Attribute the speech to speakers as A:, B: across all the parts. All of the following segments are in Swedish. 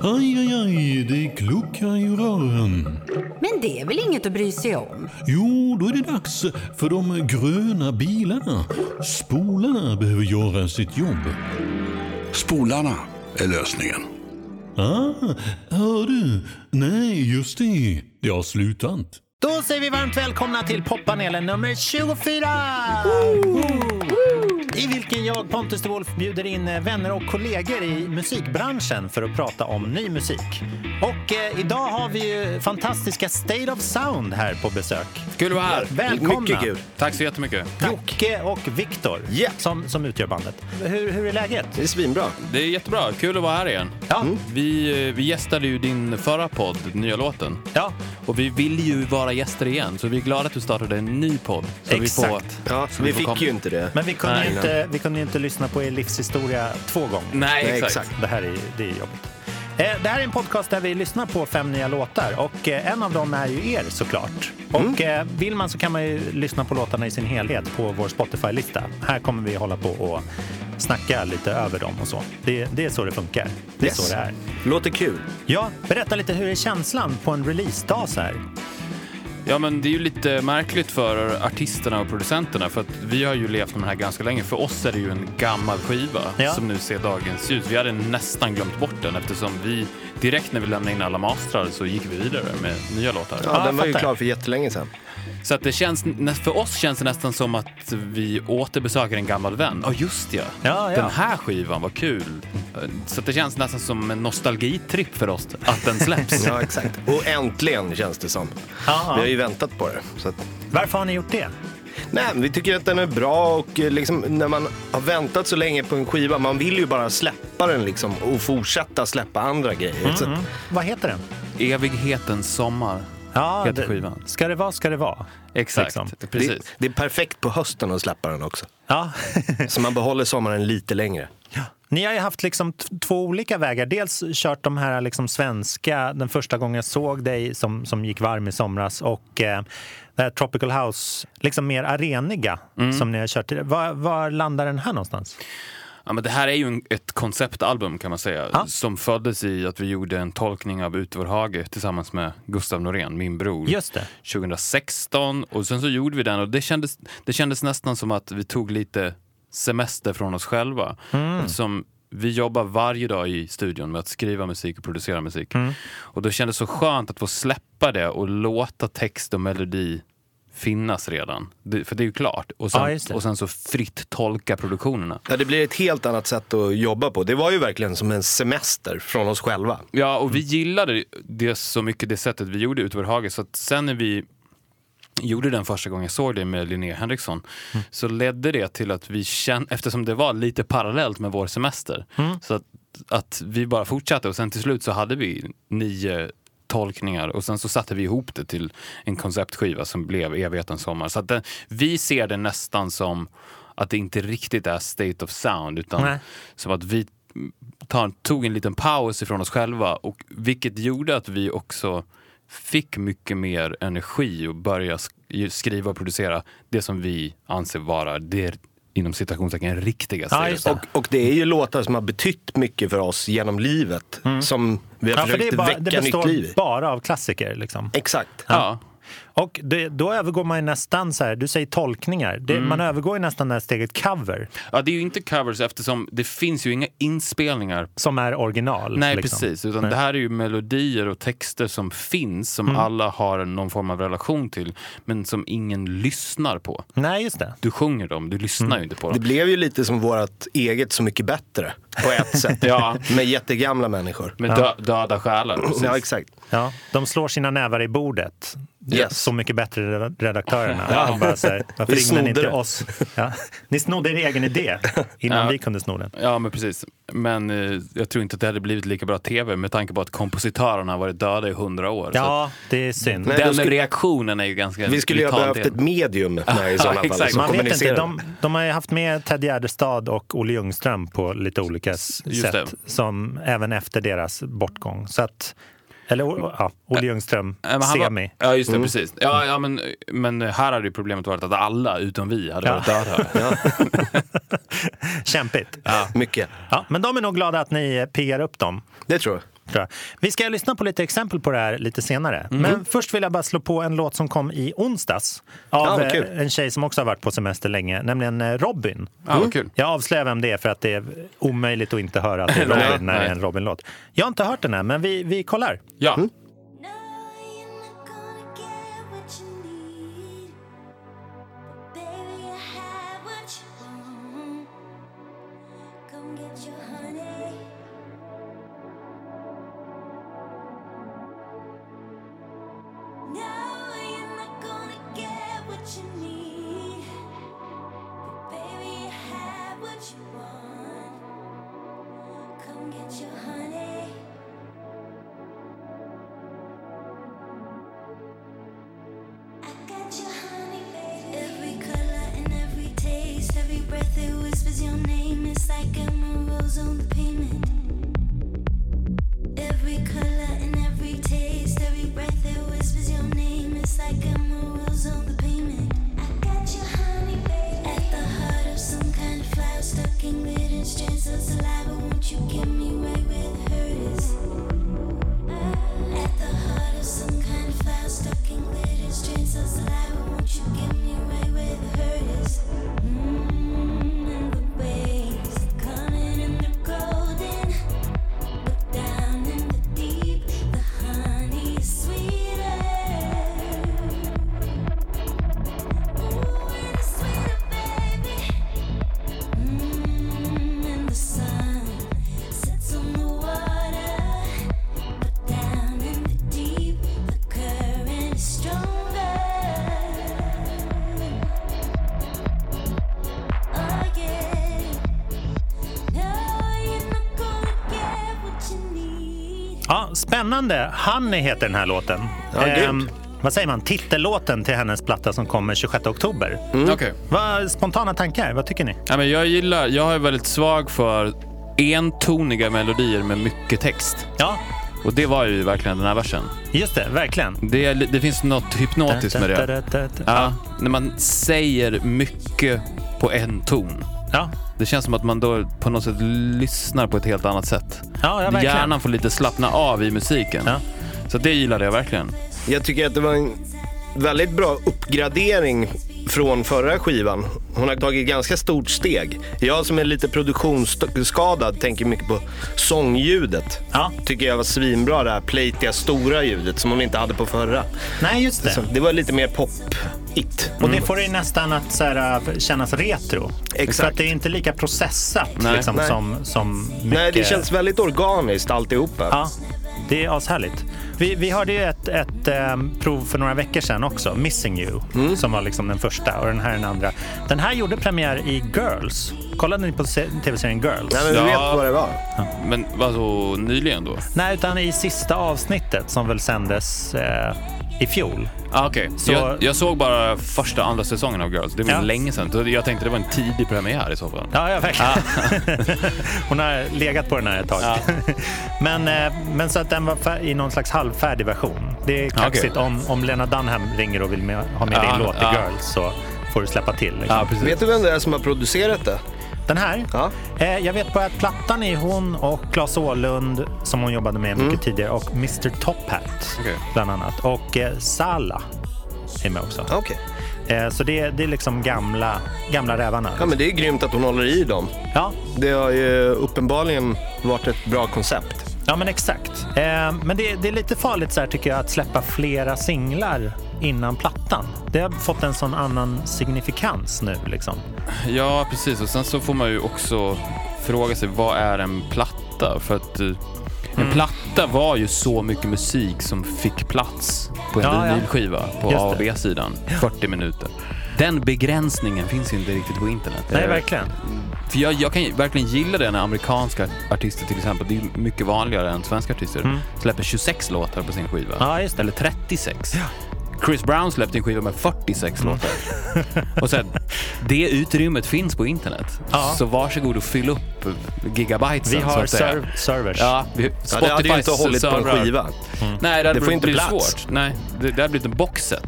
A: Aj, aj, aj, det kluckar i rören.
B: Men det är väl inget att bry sig om?
A: Jo, då är det dags för de gröna bilarna. Spolarna behöver göra sitt jobb.
C: Spolarna är lösningen.
A: Ah, hör du? Nej, just det. Det har slutat.
D: Då säger vi varmt välkomna till poppanelen nummer 24! I vilken jag, Pontus de Wolf, bjuder in eh, vänner och kollegor i musikbranschen för att prata om ny musik. Och eh, idag har vi ju fantastiska State of Sound här på besök.
E: Kul att vara här.
D: Välkomna.
E: Mycket kul. Tack så jättemycket.
D: Jocke och Viktor
E: Ja.
D: som, som utgör bandet. Hur, hur är läget?
F: Det är svinbra.
E: Det är jättebra. Kul att vara här igen.
D: Ja.
E: Vi, eh, vi gästade ju din förra podd, nya låten.
D: Ja,
E: Och vi vill ju vara gäster igen, så vi är glada att du startade en ny podd. Så Vi får...
D: Exakt.
F: Ja,
E: Så
F: vi
E: vi får komma.
F: fick ju inte det.
D: men vi kunde,
E: Nej,
D: ju inte, vi kunde ju inte lyssna på er livshistoria två gånger.
E: Nej,
F: Nej,
E: exakt.
F: exakt.
D: Det här är, det är jobbigt. Eh, Det här är en podcast där vi lyssnar på fem nya låtar och eh, en av dem är ju er såklart.
E: Mm.
D: Och eh, vill man så kan man ju lyssna på låtarna i sin helhet på vår Spotify-lista. Här kommer vi hålla på och snacka lite över dem och så. Det, det är så det funkar. Det är
F: Yes.
D: så det är.
F: Låter kul.
D: Ja, berätta lite hur är känslan på en releasedag så här?
E: Ja, men det är ju lite märkligt för artisterna och producenterna för att vi har ju levt med den här ganska länge. För oss är det ju en gammal skiva
D: Ja.
E: som nu ser dagens ljus. Vi hade nästan glömt bort den eftersom vi direkt när vi lämnade in alla mastrar så gick vi vidare med nya låtar.
F: Ja,
D: Ja, jag
F: den var ju
D: fattar.
F: klar för jättelänge sedan.
E: Så att det känns, nä- för oss känns det nästan som att vi återbesöker en gammal vän. Ja, just ja.
D: Ja, ja.
E: Den här skivan var kul. Så att det känns nästan som en nostalgitripp för oss att den släpps.
F: Ja, exakt. Och äntligen känns det som.
D: Ja.
F: Vi har ju väntat på det. Så att...
D: Varför har ni gjort det?
F: Nej, men vi tycker att den är bra och eh, liksom, när man har väntat så länge på en skiva, man vill ju bara släppa den liksom och fortsätta släppa andra grejer. Så att,
D: Vad heter den?
E: Evighetens sommar
D: Ja,
E: heter
D: det-
E: skivan.
D: Ska det vara ska det vara.
E: Exakt,
D: Liksom.
F: det,
E: precis.
F: det är perfekt på hösten att släppa den också.
D: Ja.
F: Så man behåller sommaren lite längre.
D: Ni har ju haft liksom t- två olika vägar. Dels kört de här liksom svenska, den första gången jag såg dig som, som gick varm i somras och eh, det här Tropical House, liksom mer areniga som ni har kört. Var, var landar den här någonstans?
E: Ja, men det här är ju en, ett konceptalbum kan man säga.
D: Ja.
E: Som föddes i att vi gjorde en tolkning av Ut ur vår hage tillsammans med Gustav Norén, min bror.
D: Just det.
E: 2016 och sen så gjorde vi den och det kändes, det kändes nästan som att vi tog lite semester från oss själva.
D: Mm.
E: Eftersom vi jobbar varje dag i studion med att skriva musik och producera musik.
D: Mm.
E: Och då kändes det så skönt att få släppa det och låta text och melodi finnas redan. Det, för det är ju klart. Och sen,
D: Ja, just det.
E: och sen så fritt tolka produktionerna.
F: Ja, det blir ett helt annat sätt att jobba på. Det var ju verkligen som en semester från oss själva.
E: Ja, och vi gillade det så mycket, det sättet vi gjorde Utöver haget. Så att sen när vi gjorde den första gången jag såg det med Linnea Henriksson så ledde det till att vi kände, eftersom det var lite parallellt med vår semester, så att, att vi bara fortsatte och sen till slut så hade vi nio tolkningar och sen så satte vi ihop det till en konceptskiva som blev Evighetens sommar. Så att den, vi ser det nästan som att det inte riktigt är state of sound utan
D: Nej.
E: som att vi tar, tog en liten paus ifrån oss själva och vilket gjorde att vi också fick mycket mer energi och började sk- skriva och producera det som vi anser vara det inom citationstecken riktiga
D: Ja,
E: serier.
D: just det.
E: Och
F: Och det är ju låtar som har betytt mycket för oss genom livet. Som vi har
D: Mm. Ja, för det,
F: försökt
D: är bara, det
F: väcka nytt liv
D: består
F: i.
D: bara av klassiker. Liksom.
F: Exakt.
E: Ja.
D: Och det, då övergår man ju nästan så här, du säger tolkningar, det, man övergår ju nästan det här steget cover
E: ja, det är ju inte covers eftersom det finns ju inga inspelningar.
D: som är original.
E: Nej,
D: liksom.
E: precis. Utan det här är ju melodier och texter som finns,
D: Mm.
E: som alla har någon form av relation till, men som ingen lyssnar på.
D: Nej, just det.
E: Du sjunger dem, du lyssnar
D: Mm.
E: ju inte på dem.
F: Det blev ju lite som vårt eget Så mycket bättre på ett sätt.
E: Ja.
F: Med jättegamla människor.
E: Med dö- döda själar. precis.
F: Ja, exakt.
D: Ja, de slår sina nävar i bordet.
F: Yes.
D: Så mycket bättre reda- redaktörerna. De bara så här,
F: Vi
D: varför ringde ni
F: snodde
D: inte
F: det."
D: oss? Ja. Ni snodde er egen idé innan vi kunde sno den.
E: Ja, men precis. Men eh, jag tror inte att det hade blivit lika bra tv med tanke på att kompositörerna har varit döda i hundra år. Så
D: Ja, det är synd.
F: Nej,
E: att den
F: då skulle-
E: reaktionen är ju ganska
F: Vi skulle ju ha
E: vital
F: behövt
E: del.
F: ett medium med i sådana fall.
E: exakt.
F: som
D: Man vet inte,
F: kommunicerar.
D: de, de har ju haft med Ted Gärdestad och Olle Ljungström på lite olika s-
E: Just
D: sätt,
E: det.
D: som, även efter deras bortgång. Så att, eller ja, Olle Ljungström,
E: Nej, men han var-
D: semi.
E: Ja, just det.
F: Mm.
E: Precis. Ja, ja, men, men här hade ju problemet varit att alla utom vi hade
D: Ja.
E: varit döda.
D: Kämpigt.
F: Mycket.
D: Ja, men de är nog glada att ni eh, piggar upp dem.
F: Det tror jag.
D: etcetera. Vi ska lyssna på lite exempel på det här lite senare. Men först vill jag bara slå på en låt som kom i onsdags
F: Ja,
D: av
F: vad kul.
D: eh, en tjej som också har varit på semester länge, nämligen eh, Robin.
E: Ja, vad kul.
D: Jag avslöjar vem det är för att det är omöjligt att inte höra att det är
E: Nej,
D: Robin när det
E: nej.
D: är en Robin-låt. Jag har inte hört den här, men vi, vi kollar.
E: Ja.
F: Mm.
G: No, you're not gonna get what you need. But baby, I have what you want. Come get your honey. No, you're not gonna get what you need. But baby, I have what you want. Come get your honey. I got your honey, baby. Every color and every taste, every breath it whispers your name. It's like emerald rose on the pavement. Every color and every taste, every breath it whispers your name. It's like emerald rose on the pavement. I got your honey, baby. At the heart of some kind of flower, stuck in glittering strands of saliva. Won't you give me right where the hurt is? At the heart of some kind of flower stuck in glitter strands of saliva. Won't you give me right where the hurt is? Mmm, and the waves coming and they're golden. But down in the deep, the honey is sweeter. Ooh, and it's sweeter, baby. Mmm, and the sun sets on the water. Down in the deep, the current is stronger. Oh yeah. No, you're not gonna get what you need.
D: Ja, spännande. Honey heter den här låten. Ehm,
F: Ja, grymt.
D: vad säger man? Titellåten till hennes platta som kommer 26 oktober.
E: Mm. Okej.
D: Vad, spontana tankar, vad tycker ni?
E: Ja, men jag gillar, jag är väldigt svag för entoniga melodier med mycket text.
D: Ja,
E: Och det var ju verkligen den här versen.
D: just det, verkligen.
E: Det, är li- det finns något hypnotiskt med det. Ja, när man säger mycket på en ton.
D: Ja,
E: Det känns som att man då på något sätt lyssnar på ett helt annat sätt.
D: Ja, ja, verkligen.
E: Hjärnan får lite slappna av i musiken.
D: Ja.
E: Så det gillade jag verkligen.
F: Jag tycker att det var en väldigt bra uppgradering från förra skivan. Hon har tagit ganska stort steg. Jag som är lite produktionsskadad tänker mycket på sångljudet.
D: Ja.
F: Tycker jag var svinbra det här plejtiga stora ljudet som hon inte hade på förra.
D: nej just det. Mm.
F: Så det var lite mer pop-igt.
D: Och det får det nästan att så här, äh, kännas retro.
F: Mm. Exakt.
D: För att det är inte lika processat
E: Nej.
D: Liksom,
F: Nej.
D: som, som mycket...
F: Nej, det känns väldigt organiskt alltihopa.
D: Ja, det är ashärligt. Vi, vi hörde ju ett, ett ehm, prov för några veckor sedan också, Missing You,
F: Mm.
D: som var liksom den första och den här den andra. Den här gjorde premiär i Girls. Kollade ni på se- tv-serien Girls?
F: Nej, men du
E: Ja.
F: vet vad det var.
E: Men vad så nyligen då?
D: Nej, utan i sista avsnittet som väl sändes eh, i fjol.
E: Ah, okej.
D: Så-
E: jag, jag såg bara första andra säsongen av Girls. Det var
D: Ja.
E: länge sedan. Så Jag tänkte det var en tidig premiär i så fall.
D: Ja, ja verkligen. Hon har legat på den här ett tag. men, eh, men så att den var fär- i någon slags halvfärdig version. Det är kaxigt.
E: okej.
D: Om, om Lena Dunham ringer och vill med, ha med
E: Ja,
D: din låt i
E: ja.
D: Girls så får du släppa till. Liksom.
E: Ja, precis.
F: Vet du vem det är som har producerat det?
D: Den här?
F: Ja.
D: Eh, jag vet bara att plattan är hon och Claes Åhlund som hon jobbade med mycket tidigare och Mr Top Hat
E: Okej.
D: bland annat. Och eh, Sala är med också.
F: Okej.
D: Eh, så det, är- det är liksom gamla, gamla rävarna.
F: Ja, men det är grymt att hon håller i dem.
D: Ja,
F: Det har ju uppenbarligen varit ett bra koncept.
D: ja men exakt. Eh, men det, det är lite farligt så här tycker jag att släppa flera singlar innan plattan. Det har fått en sån annan signifikans nu liksom.
E: Ja, precis. Och sen så får man ju också fråga sig vad är en platta? För att eh, en
D: Mm.
E: platta var ju så mycket musik som fick plats på en
D: Ja, ja.
E: vinylskiva på
D: Just
E: A och
D: det.
E: B-sidan. 40 minuter. Den begränsningen finns ju inte riktigt på internet.
D: Nej,
E: Eh,
D: verkligen.
E: För jag, jag kan ju verkligen gilla det när amerikanska artister till exempel, det är mycket vanligare än svenska artister, släpper 26 låtar på sin skiva.
D: Mm. Ja, just det.
E: Eller 36. Chris Brown släppte en skiva med 46 låtar. Och sen, det utrymmet finns på internet.
D: Ja.
E: Så varsågod och fyll upp gigabytesen.
D: Vi
E: så
D: har
E: att säga.
D: serv- servers.
E: Ja, vi,
F: Ja, det hade ju inte hållit
E: Spotifys
F: på en
E: servrar.
F: skiva.
E: Nej, det, hade
F: Det får inte
E: blivit
F: plats.
E: svårt. Nej, det, det hade blivit en boxset.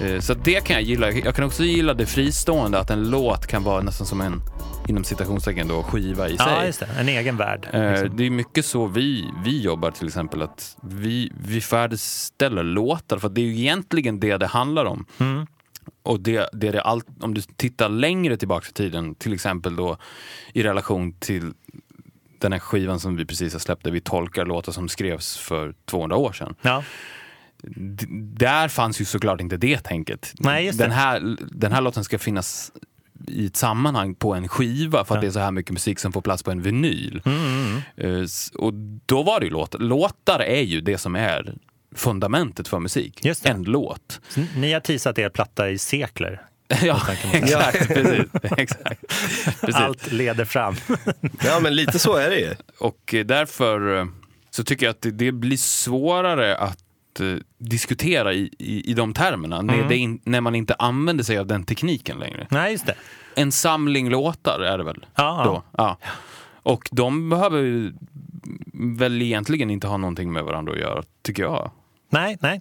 E: Eh, Så att det kan jag gilla. Jag kan också gilla det fristående, att en låt kan vara nästan som en, inom citationstecken, då, skiva i sig.
D: Ja, just det. En egen värld.
E: Eh,
D: liksom.
E: Det är mycket så vi, vi jobbar till exempel. att Vi, vi färdigställer låtar för att det är ju egentligen det det handlar om. Och det, det är det allt, om du tittar längre tillbaka i tiden, till exempel då i relation till den här skivan som vi precis har släppt där vi tolkar låtar som skrevs för 200 år sedan.
D: Ja.
E: D- där fanns ju såklart inte det tänket.
D: Nej, just det.
E: Den, här, den här låten ska finnas i ett sammanhang på en skiva för att det är så här mycket musik som får plats på en vinyl.
D: Mm,
E: Eh, s- Och då var det ju låtar. Låtar är ju det som är fundamentet för musik.
D: Just det.
E: En låt.
D: Så Ni har teasat er platta i sekler.
E: ja, exakt. Precis, exakt. Precis.
D: Allt leder fram.
F: Ja, men lite så är det ju.
E: Och eh, därför eh, så tycker jag att det, det blir svårare att eh, diskutera i, i, i de termerna
D: Mm.
E: när, det in, när man inte använder sig av den tekniken längre.
D: Nej, just det.
E: En samling låtar är det väl?
D: Ja,
E: Då. ja. Och de behöver ju väl egentligen inte ha någonting med varandra att göra, tycker jag.
D: Nej, nej.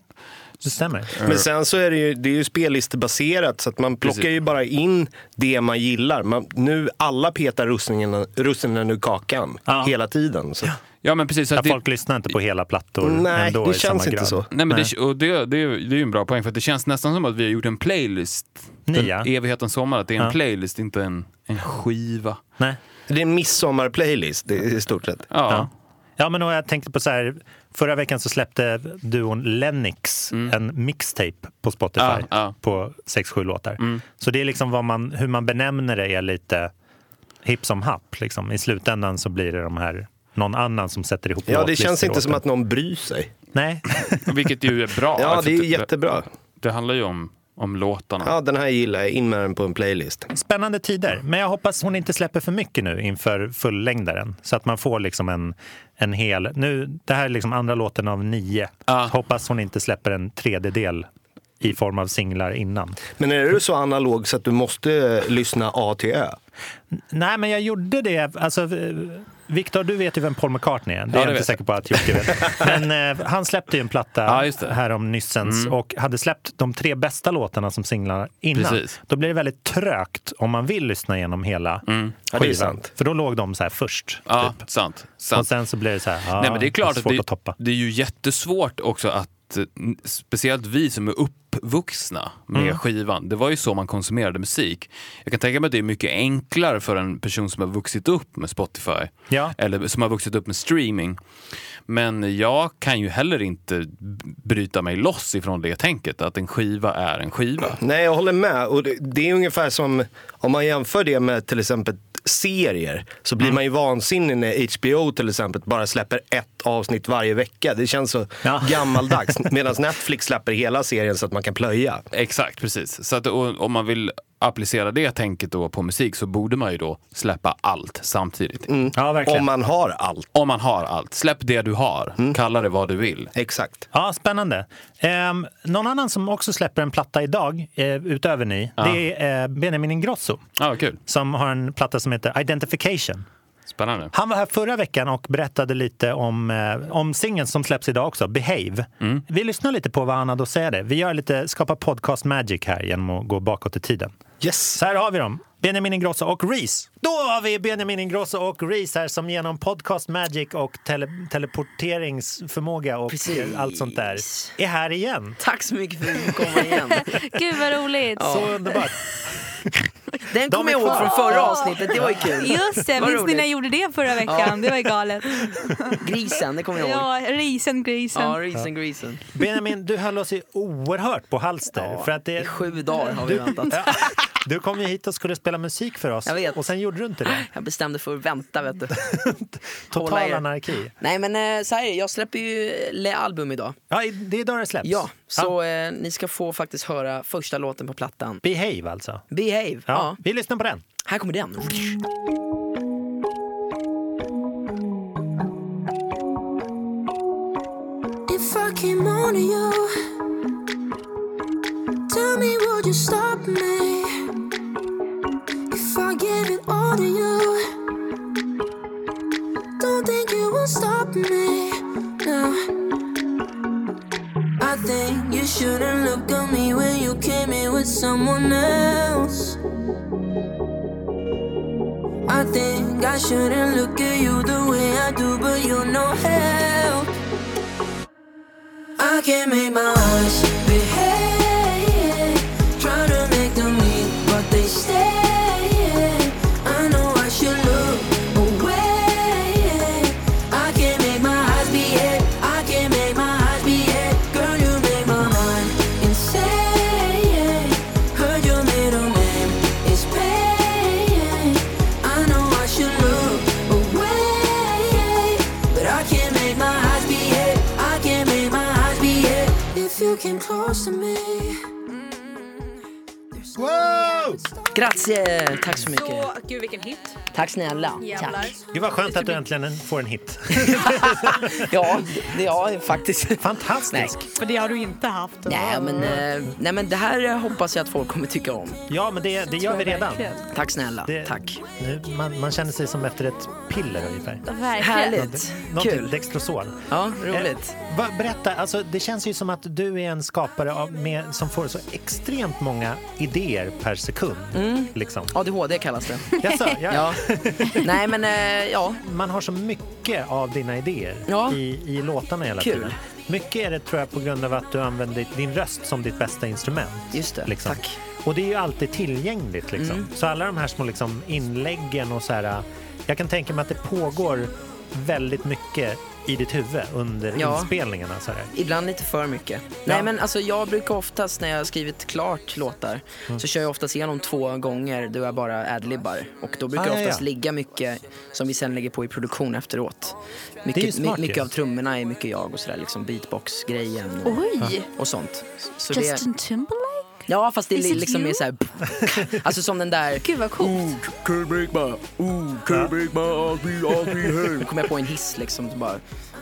D: Det stämmer.
F: Men sen så är det ju, det är ju spellistebaserat så att man plockar
E: Precis.
F: ju bara in det man gillar. Man, nu alla petar russinen, russinen ur kakan
D: Ja.
F: hela tiden. Så.
E: Ja, men precis. så
D: Ja,
E: Att det,
D: Folk lyssnar inte på hela plattor
F: Nej,
D: ändå
F: det
D: i samma
F: känns inte
D: grad.
F: så.
E: nej, men Det, och det, det, är ju- det är ju en bra poäng, för att det känns nästan som att vi har gjort en playlist.
D: Nya.
E: Den evighetens sommar, att det är en
D: Ja.
E: playlist, inte en, en skiva.
D: Nej.
F: Det är en midsommar-playlist i i stort sett.
E: ja.
D: Ja. Ja, men och jag tänkte på så här, förra veckan så släppte duon Lennox en mixtape på Spotify
E: Mm. Ja, ja. Mm.
D: på 6-7 låtar. Så det är liksom vad man, hur man benämner det är lite hipp som happ. Liksom. I slutändan så blir det de här, någon annan som sätter ihop
F: Ja, det
D: låtlistor
F: känns inte
D: åt
F: som
D: en.
F: att någon bryr sig.
D: Nej,
E: Vilket ju är bra.
F: Ja,
E: för
F: det är
E: att
F: jättebra.
E: Det handlar ju om, om låtarna.
F: Ja, den här gillar jag. In med den på en playlist.
D: spännande tider. Men jag hoppas hon inte släpper för mycket nu inför fullängdaren. Så att man får liksom en, en hel... Nu, det här är liksom andra låten av nio.
E: Ja.
D: Hoppas hon inte släpper en tredjedel i form av singlar innan.
F: Men är du så analog så att du måste eh, lyssna A till Ö?
D: Nej, men jag gjorde det. Alltså, eh, Viktor, du vet ju vem Paul McCartney är. Det är
E: det
D: jag inte
E: vet
D: säker på att Jocke vet. Men eh, han släppte ju en platta
E: Ja, just det. Mm.
D: här om nyssens och hade släppt de tre bästa låtarna som singlar innan.
E: Precis.
D: Då blir det väldigt trögt om man vill lyssna igenom hela
E: Mm.
F: Ja, det är
D: skivan.
F: sant.
D: För då låg de så här först.
E: Ja,
D: Typ.
E: sant.
D: Och
E: sant.
D: sen så blir det så här, ja,
E: Nej, men det är klart att
D: svårt
E: det,
D: att toppa.
E: det är ju jättesvårt också att eh, n- Speciellt vi som är uppvuxna med
D: Mm.
E: skivan. Det var ju så man konsumerade musik. Jag kan tänka mig att det är mycket enklare för en person som har vuxit upp med Spotify.
D: Ja.
E: Eller som har vuxit upp med streaming. Men jag kan ju heller inte bryta mig loss ifrån det tänket. Att en skiva är en skiva.
F: Nej, jag håller med. Och det, det är ungefär som om man jämför det med till exempel serier så blir man ju vansinnig när HBO till exempel bara släpper ett avsnitt varje vecka. Det känns så
D: Ja.
F: gammaldags. Medan Netflix släpper hela serien så att man kan plöja.
E: Exakt, precis. Så att, och, om man vill applicera det tänket då på musik så borde man ju då släppa allt samtidigt.
D: Ja, verkligen.
F: Om man har allt.
E: Om man har allt. Släpp det du har. Kalla det vad du vill.
F: Exakt.
D: Ja, spännande. Ehm, någon annan som också släpper en platta idag, eh, utöver ni, det är eh, Benjamin Ingrosso.
E: Ja, vad kul.
D: som har en platta som heter Identification.
E: Spännande.
D: Han var här förra veckan och berättade lite om, eh, om singeln som släpps idag också, Behave. Vi lyssnar lite på vad han hade att säga det. Vi gör lite, skapar podcast magic här genom att gå bakåt i tiden.
F: Yes.
D: Så här har vi dem, Benjamin Ingrosso och Reese. Då har vi Benjamin Ingrosso och Reese här som genom podcast magic och tele- teleporteringsförmåga och
H: Precis.
D: allt sånt där är här igen.
H: Tack så mycket för att du fick komma igen.
I: Gud vad roligt.
D: Så underbart.
H: Den kommer jag
D: är
H: ihåg
D: kvar.
H: från förra avsnittet, det var ju kul.
I: Just det,
H: Vad
I: minns ni
H: roligt.
I: när jag gjorde det förra veckan? Det var ju galet.
H: Grisen, det kommer jag ihåg.
I: Ja, risen, grisen.
H: Ja, grisen, grisen.
D: Benjamin, du höll oss ju oerhört på halster. för att det,
H: I sju dagar har vi väntat.
D: Ja. Du kom ju hit och skulle spela musik för oss
H: Jag vet.
D: och sen gjorde du inte det.
H: Jag bestämde för att vänta, vet du. Hålla
D: Total
H: er.
D: anarki.
H: Nej men eh, så här är det, jag släpper ju Le album idag.
D: Ja, i- det är idag det släpps.
H: Ja,
D: Ja.
H: så eh, ni ska få faktiskt höra första låten på plattan.
D: Behave alltså.
H: Behave. Ja.
D: Ja, Vi lyssnar på den.
H: Här kommer den.
G: If I came on to you, tell me, would you stop me? If I give it all to you, don't think you will stop me. No. I think you shouldn't look at me when you can. with someone else. I think I shouldn't look at you the way I do, but you're no help. I can't make my eyes behave. Try to make them meet, but they stay. I know I should look away. I can't make my eyes behave. I can't make my eyes behave. Girl, you make my mind insane. Heard your middle name is pain. I know I should look away, but I can't make my eyes behave. I can't make my eyes behave. If you came close to me.
H: Grazie! Tack så mycket.
I: Så, gud vilken hit.
H: Tack snälla.
I: Jävlar.
H: Tack.
D: Gud vad skönt att du äntligen får en hit.
H: Ja, det har jag faktiskt.
D: Fantastisk.
I: För det har du inte haft.
H: Nej men, eh, nej men det här eh, hoppas jag att folk kommer tycka om.
D: Ja, men det, det gör vi redan.
I: Verkligen.
H: Tack snälla.
D: Det,
H: Tack.
D: Nu, man, man känner sig som efter ett piller ungefär.
I: Verkligen.
H: Härligt.
D: Någonting,
H: Kul.
D: Dextrosol.
H: Ja, roligt.
D: Eh, va- berätta, alltså, det känns ju som att du är en skapare av, med, som får så extremt många idéer per sekund. Liksom.
H: ADHD kallas det.
D: Jaså, ja.
H: Mm. Ja. Nej men eh, ja,
D: Man har så mycket av dina idéer
H: Ja.
D: i, i låtarna hela
H: Kul.
D: tiden. Mycket är det tror jag på grund av att du använder din röst som ditt bästa instrument.
H: Just det.
D: liksom.
H: Tack. Mm.
D: Och det är ju alltid tillgängligt. Liksom. Så alla de här små liksom, inläggen och så här. äh, Jag kan tänka mig att det pågår väldigt mycket i ditt huvud under
H: Ja.
D: inspelningarna. Så här.
H: Ibland lite för mycket. Nej men alltså jag brukar oftast när jag har skrivit klart låtar
D: Mm.
H: så kör jag oftast igenom två gånger då jag bara adlibbar. Och då brukar
D: Ah,
H: det
D: ja,
H: oftast
D: ja.
H: ligga mycket som vi sen lägger på i produktion efteråt.
D: ju
H: Mycket,
D: smart
H: my-
D: ju.
H: mycket av trummorna är mycket jag och sådär liksom beatbox-grejen och,
I: Oj!
H: och sånt. Så det,
I: Justin Timberlake?
H: ja fast det
I: Is
H: li-
I: it
H: liksom
I: you?
H: är såhär, alltså som den där
I: Gud vad coolt.
H: Då kom jag på en hiss liksom. Så bara, var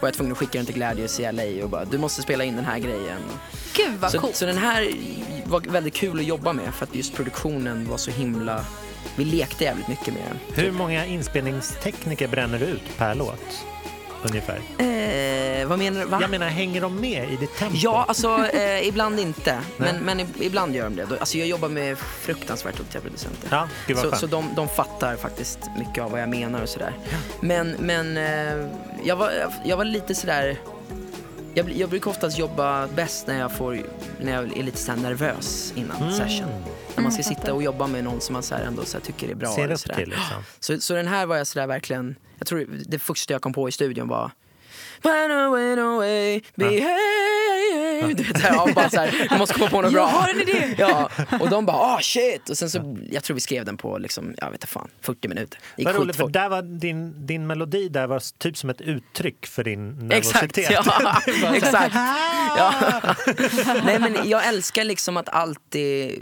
H: jag tvungen att skicka den till Gladius i LA och bara du måste spela in den här grejen.
I: Gud vad
H: Så,
I: coolt.
H: så den här var väldigt kul att jobba med för att just produktionen var så himla, vi lekte jävligt mycket med den.
D: Hur många inspelningstekniker bränner du ut per låt? Ungefär.
H: Eh, vad menar du? Va?
D: Jag menar, hänger de med i ditt tempo?
H: Ja, alltså eh, ibland inte. Men, men ib- ibland gör de det. Då- Alltså, jag jobbar med fruktansvärt duktiga producenter.
D: Ja, gud vad
H: så
D: skönt.
H: så de, de fattar faktiskt mycket av vad jag menar och sådär. Men, men eh, jag, var, jag var lite sådär... Jag, bli- jag brukar oftast jobba bäst när jag, får, när jag är lite såhär nervös innan
D: Mm.
H: session. När man ska sitta och jobba med någon som man såhär ändå såhär tycker är bra.
D: Ser
H: eller
D: upp
H: sådär.
D: till liksom.
H: Så, så den här var jag sådär verkligen, jag tror det första jag kom på i studion var Run away, run away, behave Du vet såhär, jag bara såhär, jag måste komma på något bra.
I: Jag har en idé.
H: Ja, och de bara ah shit! Och sen så, jag tror vi skrev den på liksom, jag vet inte fan, 40 minuter. Det gick
D: Vad roligt, för
H: skitfort.
D: där var din, din melodi där var typ som ett uttryck för din nervositet.
H: Exakt, ja. Exakt. Ja. Nej men jag älskar liksom att alltid,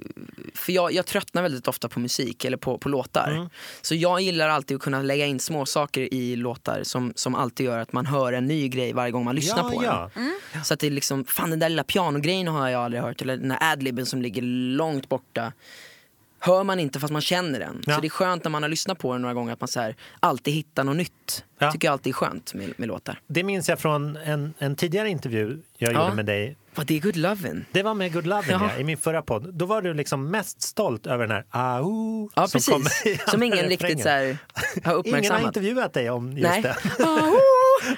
H: för jag, jag tröttnar väldigt ofta på musik eller på, på låtar.
D: Mm.
H: Så jag gillar alltid att kunna lägga in små saker i låtar som, som alltid gör att man hör en ny grej varje gång man lyssnar
D: Ja,
H: på
D: ja.
H: den. Så att det är liksom, fan den där lilla pianogrejen har jag aldrig hört eller den där adlibben som ligger långt borta. Hör man inte fast man känner den.
D: Ja.
H: Så det är skönt när man har lyssnat på den några gånger att man så här, alltid hittar något nytt.
D: Ja.
H: Tycker jag alltid är skönt med, med låtar.
D: Det minns jag från en, en tidigare intervju jag
H: Ja.
D: gjorde med dig.
H: Vad det är good lovin'.
D: Det var med Good Lovin'
H: Ja.
D: ja. i min förra podd. Då var du liksom mest stolt över den här au
H: Ja,
D: som
H: precis. Som,
D: kom i andra
H: ingen riktigt
D: refrängen.
H: så här, har
D: Ingen har
H: uppmärksammat.
D: intervjuat dig om just
H: Nej. Ah, oh.
D: det.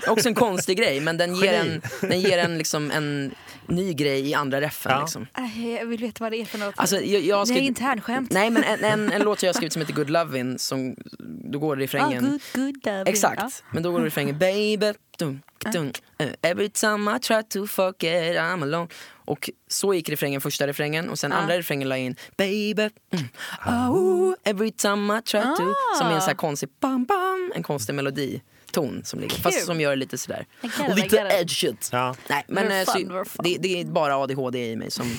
H: Också en konstig grej, men den ger en, den ger en, liksom en ny grej i andra reffen.
D: Ja.
H: Liksom.
I: Äh, Jag vill veta vad det är för något.
H: Alltså, jag, jag har
I: Det är
H: skrivit-
I: internskämt.
H: Nej, men en, en, en låt jag har skrivit som heter Good Lovin', som, då går det i
I: Ah,
H: refrängen.
I: good, good loving.
H: Exakt,
I: Ja.
H: men då går det i refrängen Baby, dunk, dunk, eh, every time I try to fuck it I'm alone Och så gick refrängen, första refrängen och sen andra refrängen la jag in Baby, mm, oh, every time I try to Som är en sån här konstig, bam, bam, en konstig melodi ton som ligger, fast
I: Kul.
H: som gör det lite sådär
I: I get it,
H: och
I: I
H: lite
I: get it.
H: edge shit
D: Ja.
H: Nej men
I: We're
H: eh, så,
I: fun, we're fun.
H: det, det är bara ADHD i mig som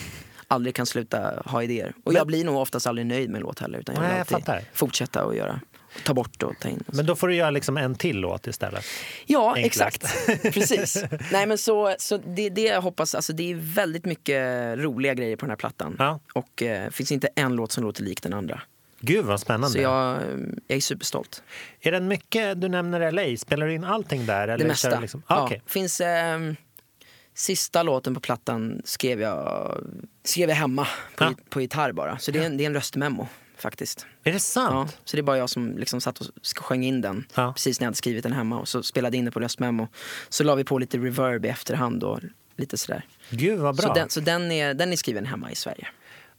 H: aldrig kan sluta ha idéer och jag blir nog oftast aldrig nöjd med en låt heller utan jag vill
D: Nej, jag
H: alltid
D: fattar.
H: fortsätta och göra ta bort och ta in. och så.
D: Men då får du göra liksom en till låt istället.
H: Ja,
D: Enklast.
H: exakt. Precis. Nej, men så, så det, det jag hoppas, alltså det är väldigt mycket roliga grejer på den här plattan.
D: Ja.
H: Och eh, finns inte en låt som låter lik den andra.
D: Gud vad spännande.
H: Så jag, eh, jag är superstolt.
D: Är det mycket, du nämner LA, spelar du in allting där? Eller
H: det mesta.
D: Kör du liksom? ah,
H: Ja,
D: okej.
H: finns, eh, Sista låten på plattan skrev jag, skrev jag hemma på,
D: Ja.
H: på gitarr bara. Så det är en, det är en röstmemo faktiskt.
D: Är det
H: Ja,
D: sant?
H: så det är bara jag som liksom satt och sk- sjöng in den
D: Ja.
H: precis när jag hade skrivit den hemma och så spelade in det på röstmemo. Så la vi på lite reverb i efterhand och lite sådär.
D: Gud vad bra.
H: Så, den, så den, är, den är skriven hemma i Sverige.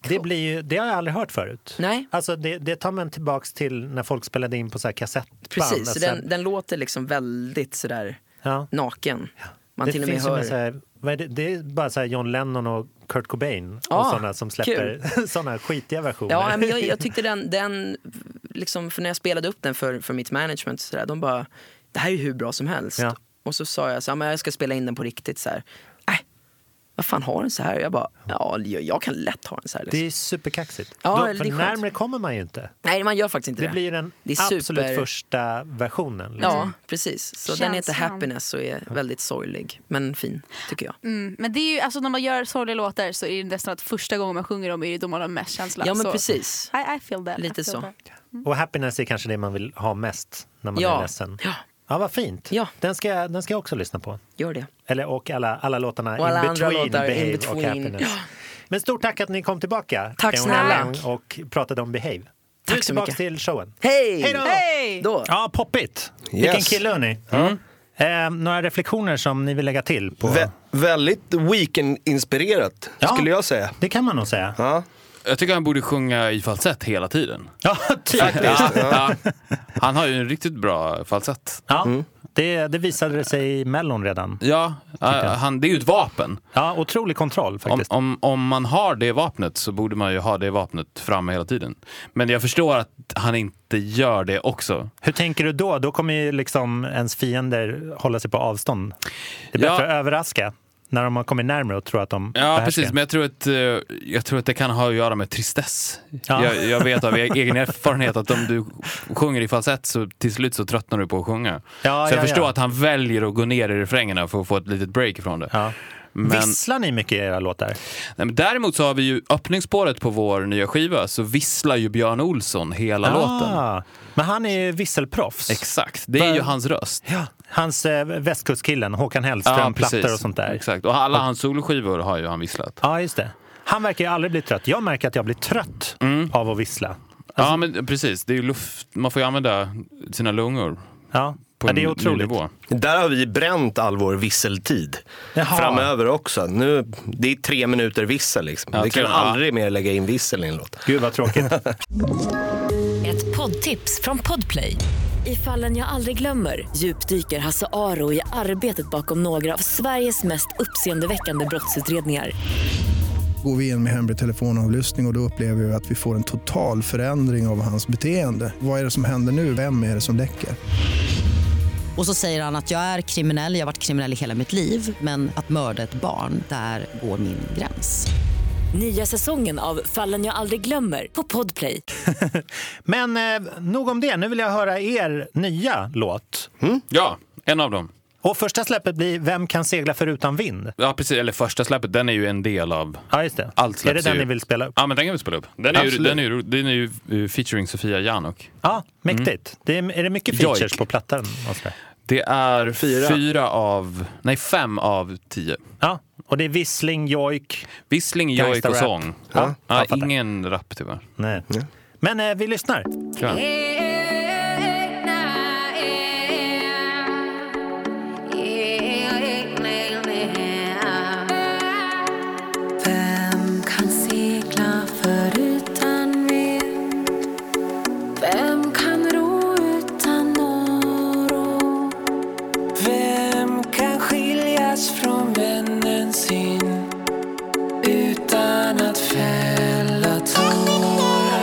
D: Det, blir ju, det har jag aldrig hört förut.
H: Nej.
D: Alltså det, det tar man tillbaks till när folk spelade in på så här kassettband.
H: Precis, så
D: Alltså,
H: den, den låter liksom väldigt sådär
D: ja.
H: naken. Man
D: det
H: till och med
D: finns ju
H: hör...
D: med så här, vad är det, det är bara så här John Lennon och Kurt Cobain och
H: Ah,
D: sådana som släpper sådana skitiga versioner.
H: Ja, men jag, jag tyckte den, den liksom, för när jag spelade upp den för, för mitt management, så där, de bara, det här är ju hur bra som helst.
D: Ja.
H: Och så sa jag så här, men jag ska spela in den på riktigt. Så här, äh, vad fan har den så här? Jag bara, ja, jag, jag kan lätt ha den så här. Liksom.
D: Det är superkaxigt.
H: Ja,
D: Då,
H: det är
D: för
H: skönt.
D: närmare kommer man ju inte.
H: Nej, man gör faktiskt inte
D: Det
H: det.
D: blir den
H: Det är
D: absolut
H: super-
D: första versionen. liksom.
H: Ja, precis. Så den heter
I: Känslan.
H: Happiness och är väldigt sorglig, men fin, tycker jag.
I: Mm. Men det är ju, alltså, när man gör sorgliga låtar så är det nästan att första gången man sjunger dem är det då man har mest känsla.
H: Ja, men
I: så,
H: precis.
I: I, I feel that.
H: Lite
I: I feel
H: så.
I: that.
D: Och happiness är kanske det man vill ha mest när man
H: Ja.
D: är ledsen.
H: Ja.
D: ja, vad fint.
H: Ja.
D: Den, ska, jag- den ska jag också lyssna på.
H: Gör det.
D: Eller, och alla, alla låtarna
H: Och alla
D: in
H: andra
D: between
H: låtar,
D: Behave
H: In
D: och
H: Between.
D: Happiness. Men stort tack att ni kom tillbaka.
H: Tack
D: en
H: snälla.
D: gång Och pratade om Behave.
H: Tack
D: nu
H: så
D: tillbaka
H: mycket.
D: till showen.
H: Hej!
D: Hej då!
I: Hej!
H: Då.
D: Ja, poppigt. Vilken kille hörni.
E: Mm.
D: Eh, några reflektioner som ni vill lägga till? på?
F: Vä- väldigt weekend-inspirerat,
D: Ja.
F: skulle jag säga.
D: Det kan man nog säga. Ja,
E: Jag tycker han borde sjunga i falsett hela tiden.
D: typ.
E: Ja, ja. Han har ju en riktigt bra falsett.
D: Ja. Det, det visade det sig i Mellon redan.
E: Ja, äh, han, det är ju ett vapen.
D: Ja, otrolig kontroll
E: Om,
D: faktiskt.
E: om, om man har det vapnet så borde man ju ha det vapnet framme hela tiden. Men jag förstår att han inte gör det också.
D: Hur tänker du då? Då kommer ju liksom ens fiender hålla sig på avstånd. Det är
E: Ja.
D: bättre att överraska när de har kommit närmare och tror att de
E: Ja,
D: behärskar
E: precis.
D: en.
E: Men jag tror, att, eh, jag tror att det kan ha att göra med tristess.
D: Ja.
E: Jag, jag vet av e- egen erfarenhet att om du sjunger i falsett så till slut så tröttnar du på att sjunga.
D: Ja,
E: så jag
D: ja,
E: förstår
D: ja.
E: att han väljer att gå ner i refrängerna för att få ett litet break ifrån det.
D: Ja.
E: Men-
D: Visslar ni mycket i era låtar?
E: Nej, men däremot så har vi ju öppningsspåret på vår nya skiva så visslar ju Björn Olsson hela låten.
D: Ah, men han är ju visselproffs.
E: Exakt, det är ju hans röst.
D: ja. Hans eh, västkustkillen, Håkan Hellström, plattor och sånt där.
E: Exakt, och alla hans soloskivor har ju han visslat.
D: Ja, just det. Han verkar ju aldrig bli trött. Jag märker att jag blir trött
E: Mm.
D: av att vissla.
E: ja, men precis. Det är ju luft. Man får ju använda sina lungor
D: Ja,
E: på
D: ja det är
E: en ny
D: otroligt.
E: nivå.
F: Där har vi bränt all vår visseltid
D: Jaha.
F: framöver också. Nu, det är tre minuter vissel. Liksom.
E: Ja,
F: vi
E: tre-
F: kan
E: ja.
F: aldrig mer lägga in vissel i en låt.
D: Gud vad tråkigt.
J: Ett poddtips från Podplay. I fallen jag aldrig glömmer djupdyker Hasse Aro i arbetet bakom några av Sveriges mest uppseendeväckande brottsutredningar.
K: Går vi in med hemlig telefonavlyssning och, och då upplever vi att vi får en total förändring av hans beteende. Vad är det som händer nu? Vem är det som läcker?
L: Och så säger han att jag är kriminell, jag har varit kriminell i hela mitt liv men att mörda ett barn, där går min gräns.
J: Nya säsongen av Fallen jag aldrig glömmer på Podplay.
D: Men eh, nog om det. Nu vill jag höra er nya låt.
E: Ja, en av dem.
D: Och första släppet blir Vem kan segla förutan vind?
E: Ja, precis. Eller första släppet, den är ju en del av...
D: Ja, just det.
E: Allt
D: är
E: släpps
D: det den
E: ju.
D: ni vill spela upp?
E: Ja, men den kan vi spela upp. Den är, ju,
F: Absolut.
E: den är, ju, den är ju eh, featuring Sofia Janok.
D: Ja,
E: Mm.
D: mäktigt. Det är, är det mycket features
E: Jojk.
D: på plattan? och sådär?
E: Det är
F: Fyra.
E: fyra. av... Nej, fem av tio.
D: Ja, och det är vissling, jojk.
E: Vissling, jojk och
D: Gangsta-rap.
E: sång.
D: Ja,
E: Ja,
D: jag fattar.
E: ingen rap tyvärr.
D: Nej. Men eh, vi lyssnar.
E: Klar.
G: Vem kan segla förutan vind? Vem kan ro utan oro? Vem kan skiljas från vännen sin utan att fälla tårar?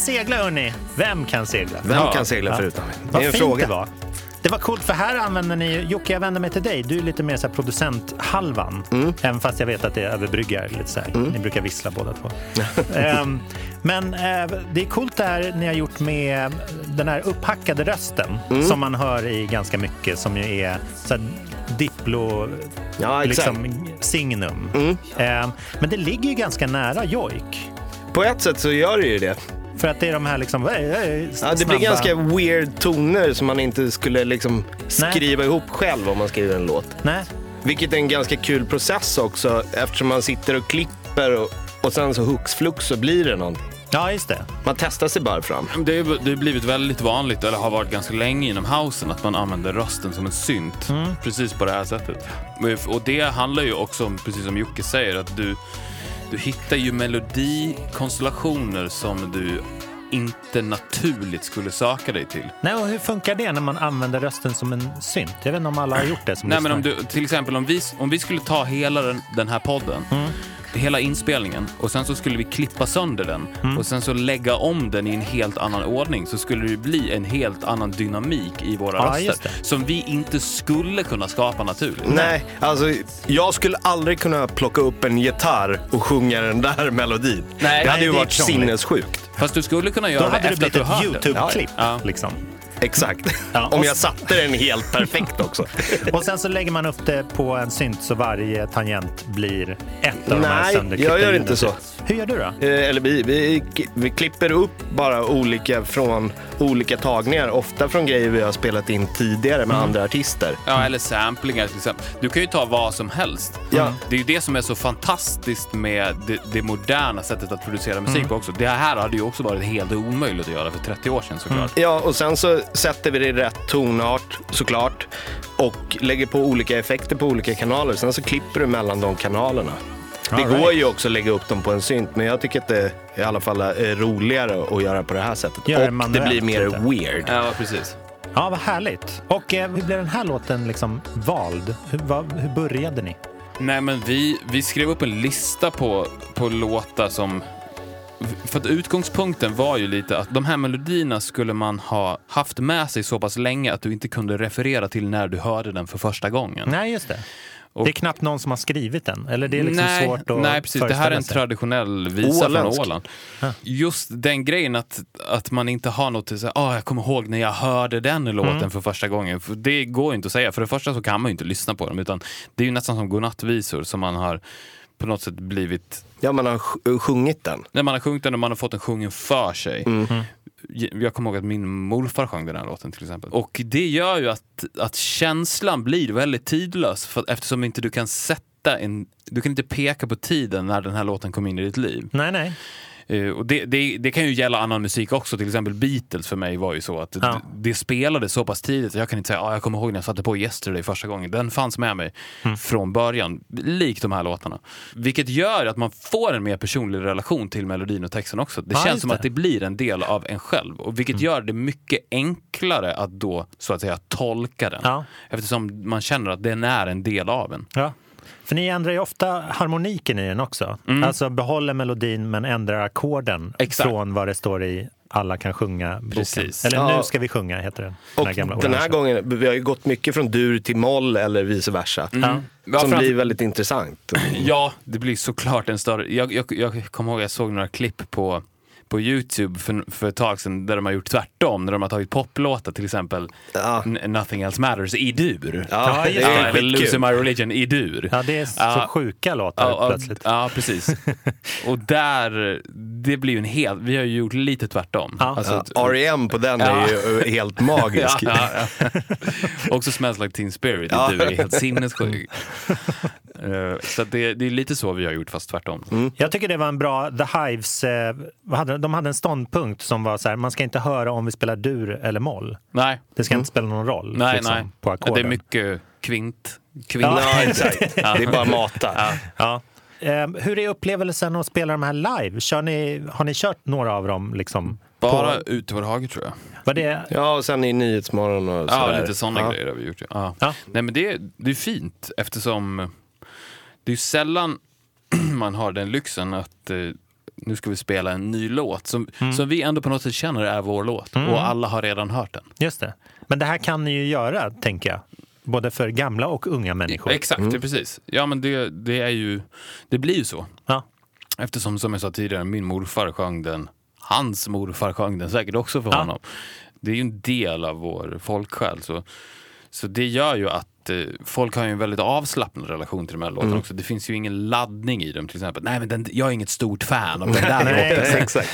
D: segla hörni? Vem kan segla?
F: Vem kan segla förutom mig? Det är
D: Vad
F: en
D: fint
F: fråga.
D: det var. Det var coolt för här använder ni ju, Jocke jag vänder mig till dig, du är lite mer så här producenthalvan.
F: Mm.
D: Även fast jag vet att det överbryggar lite så här. Ni brukar vissla båda två. Ehm, men eh, det är coolt det här ni har gjort med den här upphackade rösten
F: Mm.
D: som man hör i ganska mycket som ju är så här Diplo,
F: Ja, exakt. Mm.
D: liksom signum. Ehm, men det ligger ju ganska nära jojk.
F: På ett sätt så gör det ju det.
D: För att det är de här liksom...
F: Ja, det blir ganska weird toner som man inte skulle liksom
D: Nej.
F: skriva ihop själv om man skriver en låt.
D: Nej.
F: Vilket är en ganska kul process också eftersom man sitter och klipper och, och sen så hux flux så blir det någonting.
D: Ja, just det.
F: Man testar sig bara fram.
E: Det är- det har blivit väldigt vanligt, eller har varit ganska länge inom housen, att man använder rösten som en synt. Precis på det här sättet. Och det handlar ju också om, precis som Jocke säger, att du, du hittar ju melodikonstellationer som du inte naturligt skulle söka dig till.
D: Nej, och hur funkar det när man använder rösten som en synt? Jag vet inte om alla har gjort det. Som
E: Nej, men om
D: lyssnar.
E: du, till exempel om vi, om vi skulle ta hela den, den här podden,
D: Mm.
E: hela inspelningen och sen så skulle vi klippa sönder den
D: Mm.
E: och sen så lägga om den i en helt annan ordning så skulle det bli en helt annan dynamik i våra
F: Ja, just
E: röster som vi inte skulle kunna skapa naturligt.
F: Nej, alltså jag skulle aldrig kunna plocka upp en gitarr och sjunga den där melodin.
E: Nej,
F: det hade
E: nej,
F: ju
E: det är
F: varit
E: krångligt.
F: sinnessjukt.
E: Fast du skulle kunna
D: Då
E: göra
D: hade
E: det
D: det
E: efter
D: blivit
E: att du
D: ett
E: hört det.
D: YouTube-klipp.
E: Ja.
D: Liksom.
F: Exakt.
D: Ja,
F: Om
D: och-
F: jag satte den helt perfekt också.
D: Och sen så lägger man upp det på en synt så varje tangent blir ett av de här
F: Nej,
D: sönderklippta
F: jag gör
D: ljuden.
F: inte så.
D: Hur gör du då?
F: Eh, Eller vi, vi, vi klipper upp bara olika från olika tagningar, ofta från grejer vi har spelat in tidigare
D: Mm.
F: med andra artister.
E: Ja, eller samplingar till exempel. Du kan ju ta vad som helst. Mm.
F: Ja.
E: Det är ju det som är så fantastiskt med det, det moderna sättet att producera musik
D: Mm.
E: på också. Det här hade ju också varit helt omöjligt att göra för 30 år sedan såklart.
F: Ja, och sen så sätter vi det i rätt tonart såklart och lägger på olika effekter på olika kanaler. Sen så klipper du mellan de kanalerna. Det
D: All right.
F: går ju också att lägga upp dem på en synt, men jag tycker att det i alla fall är roligare att göra på det här sättet.
D: Gör det
F: och det
D: manuellt
F: blir mer
D: lite.
F: weird.
E: Ja, precis.
D: Ja, vad härligt. Och eh, hur blev den här låten liksom vald? Hur, vad, hur började ni?
E: Nej, men vi, vi skrev upp en lista på, på låtar som... För att utgångspunkten var ju lite att de här melodierna skulle man ha haft med sig så pass länge att du inte kunde referera till när du hörde den för första gången.
D: Nej, just det.
E: Och-
D: Det är knappt någon som har skrivit den. Eller det är liksom
E: nej,
D: svårt att
E: Nej, precis. Det här är en
D: föreställa sig.
E: traditionell visa
F: Åländsk.
E: från Åland. Just den grejen att, att man inte har något till så här, "Ah, jag kommer ihåg när jag hörde den
D: Mm.
E: låten för första gången. För det går ju inte att säga. För det första så kan man ju inte lyssna på dem. Utan det är ju nästan som godnattvisor som man har på något sätt blivit
F: Ja, man har sj- sjungit den.
E: när man har sjungit den och man har fått den sjungen för sig. Jag kommer ihåg att min morfar sjöng den här låten till exempel. Och det gör ju att, att känslan blir väldigt tidlös för, eftersom inte du kan sätta en, du kan inte peka på tiden när den här låten kom in i ditt liv.
D: Nej, nej.
E: Eh, och det, det, det kan ju gälla annan musik också, till exempel Beatles för mig var ju så att
D: Ja.
E: det, det spelades så pass tidigt att jag kan inte säga att ah, jag kommer ihåg när jag satte på Yesterday första gången. Den fanns med mig
D: Mm.
E: från början, likt de här låtarna. Vilket gör att man får en mer personlig relation till melodin och texten också. Det
D: Ja,
E: känns
D: just
E: som
D: det. Mm.
E: att det blir en del av en själv, och vilket gör det mycket enklare att då så att säga tolka den.
D: Ja.
E: Eftersom man känner att den är en del av en.
D: Ja. För ni ändrar ju ofta harmoniken i den också. Alltså behåller melodin men ändrar ackorden
E: Mm. Exakt.
D: från vad det står i alla kan sjunga boken.
E: Precis.
D: Eller
F: Ja.
D: Nu ska vi sjunga heter den.
F: Och
D: gamla
F: den här
D: orangea.
F: gången, vi har ju gått mycket från dur till moll eller vice versa.
E: Ja,
F: Som
E: framför-
F: blir väldigt intressant.
E: Ja, det blir såklart en större... Jag, jag, jag kommer ihåg jag såg några klipp på, på Youtube för, för ett tag sedan där de har gjort tvärtom, när de har tagit poplåtar till exempel
F: Ja.
E: N- Nothing Else Matters i dur.
F: Ja, det är
E: eller
F: skitkul.
E: Losing My Religion i dur.
D: Ja, det är så
E: Ja.
D: sjuka låtar
E: Ja, ja,
D: plötsligt.
E: ja, precis. Och där, det blir ju en hel... Vi har ju gjort lite tvärtom.
D: Ja.
E: Alltså,
F: Ja, R.E.M. på den är ju eh, helt magisk.
E: Ja, ja, ja. Också Smells Like Teen Spirit i dur är helt sinnessjuk. Eh, Så att det, det är lite så vi har gjort, fast tvärtom.
D: Jag tycker det var en bra, The Hives, eh, vad hade, de? de hade en ståndpunkt som var så här, man ska inte höra om vi spelar dur eller moll.
E: Nej,
D: Det ska inte spela någon roll
E: Mm. Nej,
D: liksom,
E: nej.
D: på ackorden.
E: Det är mycket kvint. kvint.
F: Ja, exakt. Det är bara mata.
D: Ja. Eh, hur är upplevelsen att spela de här live? Kör ni, har ni kört några av dem? Liksom,
E: Bara
D: På,
E: utvårdhaget tror jag.
D: var det
F: Ja, och sen i Nyhetsmorgon och
E: Ja,
F: sådär.
E: lite sådana
F: Ja.
E: grejer har vi gjort. Ja.
D: Ja.
E: Nej, men det, det är fint eftersom det är ju sällan man har den lyxen att eh, nu ska vi spela en ny låt som, som vi ändå på något sätt känner är vår låt
D: Mm.
E: och alla har redan hört den.
D: Just det. Men det här kan ni ju göra, tänker jag. Både för gamla och unga människor.
E: Exakt, det är precis. Ja, men det, det, är ju, det blir ju så. Eftersom, som jag sa tidigare, min morfar sjöng den. Hans morfar sjöng den säkert också för honom. Det är ju en del av vår folksjäl. Så, så det gör ju att eh, folk har ju en väldigt avslappnad relation till de här låtarna
F: Mm.
E: också. Det finns ju ingen laddning i dem till exempel. Nej, men den, jag är inget stort fan av den där
F: Nej,
E: låten.
F: exakt.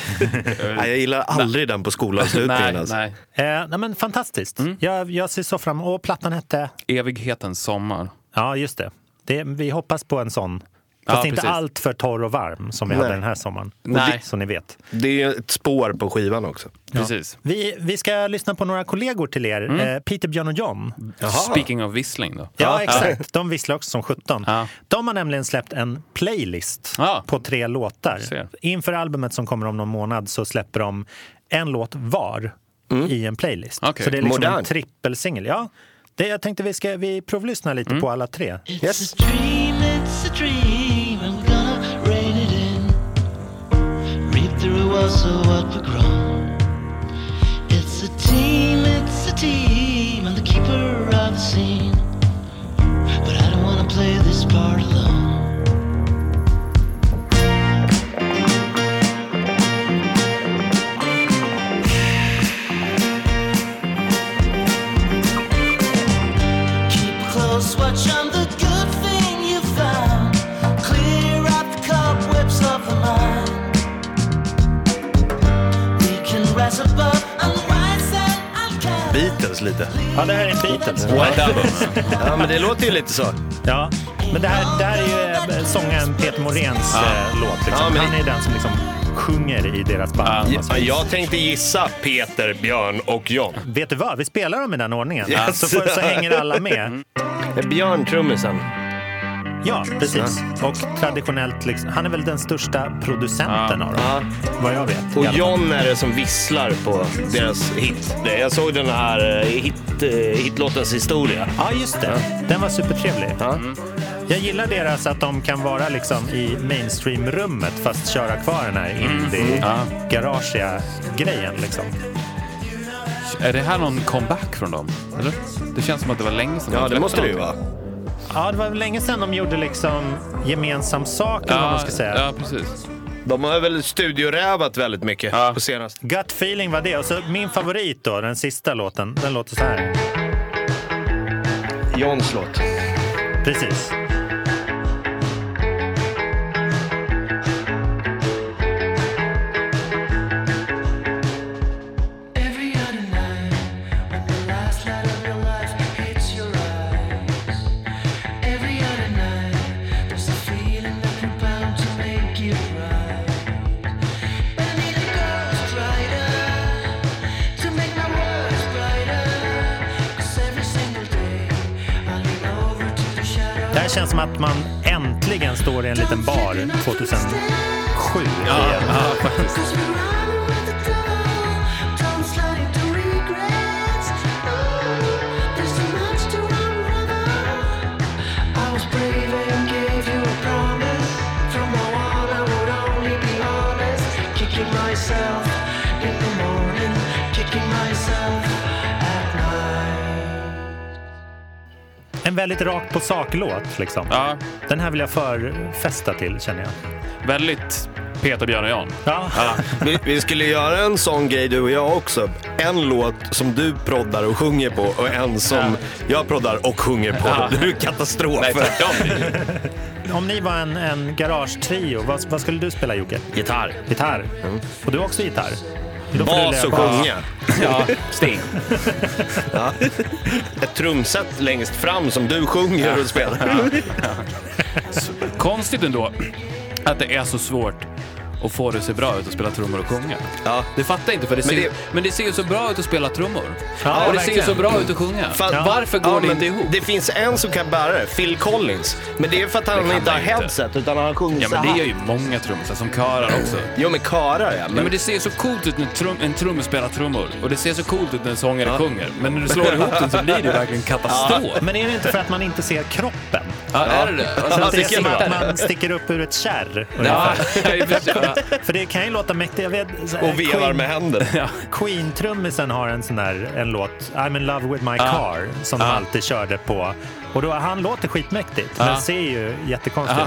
F: Nej, jag gillar aldrig den på skolavslutningen.
E: Nej,
F: alltså.
E: nej.
D: Eh, nej men fantastiskt. Jag, jag ser så fram emot. Plattan hette?
E: Evighetens sommar.
D: Ja, just det. det vi hoppas på en sån. Fast
E: Ja,
D: inte
E: precis.
D: allt för torr och varm som vi
F: Nej.
D: hade den här sommaren.
F: Nej.
D: Så ni vet.
F: Det är ju ett spår på skivan också.
E: Precis.
D: Vi, vi ska lyssna på några kollegor till er. Eh, Peter, Björn och John.
E: Speaking of vissling då.
D: Ja, exakt. De visslar också som 17. De har nämligen släppt en playlist på tre låtar. Inför albumet som kommer om någon månad så släpper de en låt var
F: Mm.
D: i en playlist.
E: Okej.
D: Så det är liksom
E: Modern.
D: en trippelsingel. Ja, det, jag tänkte vi ska vi provlyssna lite på alla tre.
M: It's a dream, it's a dream. I'm gonna rein it in. Read through also what we're grown. It's a team, it's a team. I'm the keeper of the scene. But I don't wanna play this part alone. Keep close watch on the good thing you found. Clear out the cobwebs of the mind. We can rise above and rise and uncover.
F: Beatles lite.
D: Ja, det här är Beatles.
F: White Album. ja, men det låter ju lite så.
D: Ja, men det här, det här är ju eh, sångaren Peter Moréns eh, låt. Liksom.
F: Ja, men-
D: Han är den som liksom sjunger i deras band. Alltså, om man
F: Ja,
D: säger.
F: jag tänkte gissa Peter, Björn och John.
D: Vet du vad? Vi spelar dem i den ordningen. Så, för, så hänger alla med.
F: Det är Björn trummisen.
D: Ja, precis. Och traditionellt, liksom, han är väl den största producenten av dem. Vad jag vet.
F: Och John är det som visslar på deras hit. Det- Jag såg den här eh, hit, eh, hitlåtens historia.
D: Ja, just det. Den var supertrevlig. Jag gillar deras att de kan vara liksom i mainstream-rummet fast köra kvar den här indie-garagiga-grejen. Liksom.
E: Är det här någon comeback från dem? Eller? Det känns som att det var länge sedan
F: Ja,
E: de
F: det måste
E: släppte
F: det ju
E: någonting.
D: Ja, det var väl länge sedan de gjorde liksom gemensam sak, eller vad man ska säga.
E: Ja, precis.
F: De har väl studiorävat väldigt mycket på senaste.
D: Gut feeling var det. Och så min favorit då, den sista låten, den låter så här.
F: Johns låt.
D: Precis.
M: Every other night, when the last light of your life hits your eyes. Every other night, there's a feeling that you're bound to make it right. But I need a ghostwriter to make my words brighter. 'Cause every single day, I lean over to the shadow.
D: Det här känns som att man äntligen står i en liten bar 2007 igen.
M: Don't slide into regrets. Oh, there's so much to unravel. I was brave and gave you a promise. From now on, I would only be honest. Kicking myself in the morning, kicking myself at night.
D: En väldigt rakt på sak-låt. Liksom. Den här vill jag förfästa till, känner jag.
E: Väldigt Peter, Björn och Jan.
D: Ja.
F: Vi, vi skulle göra en sån grej du och jag också. En låt som du proddar och sjunger på och en som jag proddar och sjunger på.
D: Ja.
F: Det är ju katastrof.
D: Nej, tvärtom. Om ni var en, en garagetrio, vad, vad skulle du spela, Jocke?
F: Gitarr. Mm.
D: Gitarr. Och du har också gitarr? Då får du
F: Bas
D: lära
F: och
D: på-
F: sjunga. Ja, sting. Ja. Ett trumset längst fram som du sjunger och spelar.
E: Så Konstigt ändå att det är så svårt att få det att se bra ut att spela trummor och sjunga. Det fattar jag inte, för det
F: Men
E: ser, men,
F: det-
E: det... ser ju så bra ut att spela trummor.
F: Ja,
E: och det
F: verkligen.
E: ser ju så bra ut att sjunga.
F: Fan,
E: Varför går
F: ja,
E: det
F: men
E: inte ihop?
F: Det finns en som kan bära det, Phil Collins. Men det är för att han
E: kan
F: inte har
E: man inte.
F: headset utan han sjunger
E: Ja,
F: så
E: men det
F: här.
E: gör ju många trummisar som körar också.
F: Jo, men körar ja.
E: Men... Ja, men det ser ju så coolt ut när trum, en trummis spelar trummor och det ser så coolt ut när en sångare
F: Ja.
E: sjunger. Men när du slår ihop den så blir det verkligen katastrof.
D: Ja. Men är det inte för att man inte ser kroppen?
E: Ja, är det det?
D: Så att det
E: Ja,
D: är som
E: det
D: att
E: kan
D: man
E: vara.
D: sticker upp ur ett kärr.
E: Ja,
D: ungefär.
E: i och för sig. Ja.
D: För det kan ju låta mäktigt. Jag vet, så här,
F: Och vevar med händerna.
D: Ja. Queen-trummisen har en sån där en låt, I'm in love with my car, som
E: Ja.
D: han alltid körde på. Och då, han låter skitmäktigt,
F: Ja.
D: men ser ju jättekonstigt ut.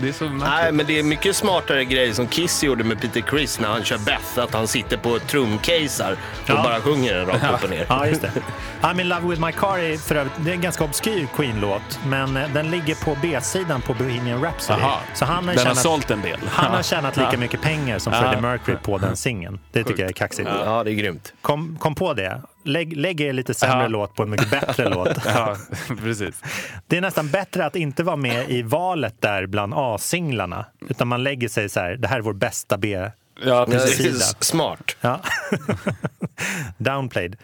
E: det är så
F: Nej, men det är mycket smartare grejer som Kiss gjorde med Peter Chris när han kör Beth. Att han sitter på ett trumcase här och
D: Ja.
F: bara sjunger den rakt upp och ner.
D: Ja, just det. I'm in love with my car är för övrigt, det är en ganska obskyr Queen-låt, men eh, den ligger på B-sidan på Bohemian Rhapsody.
E: Jaha.
D: Så han har,
E: Den har
D: tjänat,
E: sålt en del.
D: Han har
E: Ja.
D: tjänat lika
E: Ja.
D: mycket pengar som
E: Ja.
D: Freddie Mercury på den singeln. Det tycker jag är kaxigt.
F: Ja, det är grymt.
D: Kom, kom på det. Lägg, lägg er lite sämre låt på en mycket bättre låt.
E: Ja, precis.
D: Det är nästan bättre att inte vara med i valet där bland A-singlarna, utan man lägger sig så här, det här är vår bästa B.
E: Ja,
F: precis.
D: sida."
F: Smart.
D: Ja. Downplayed.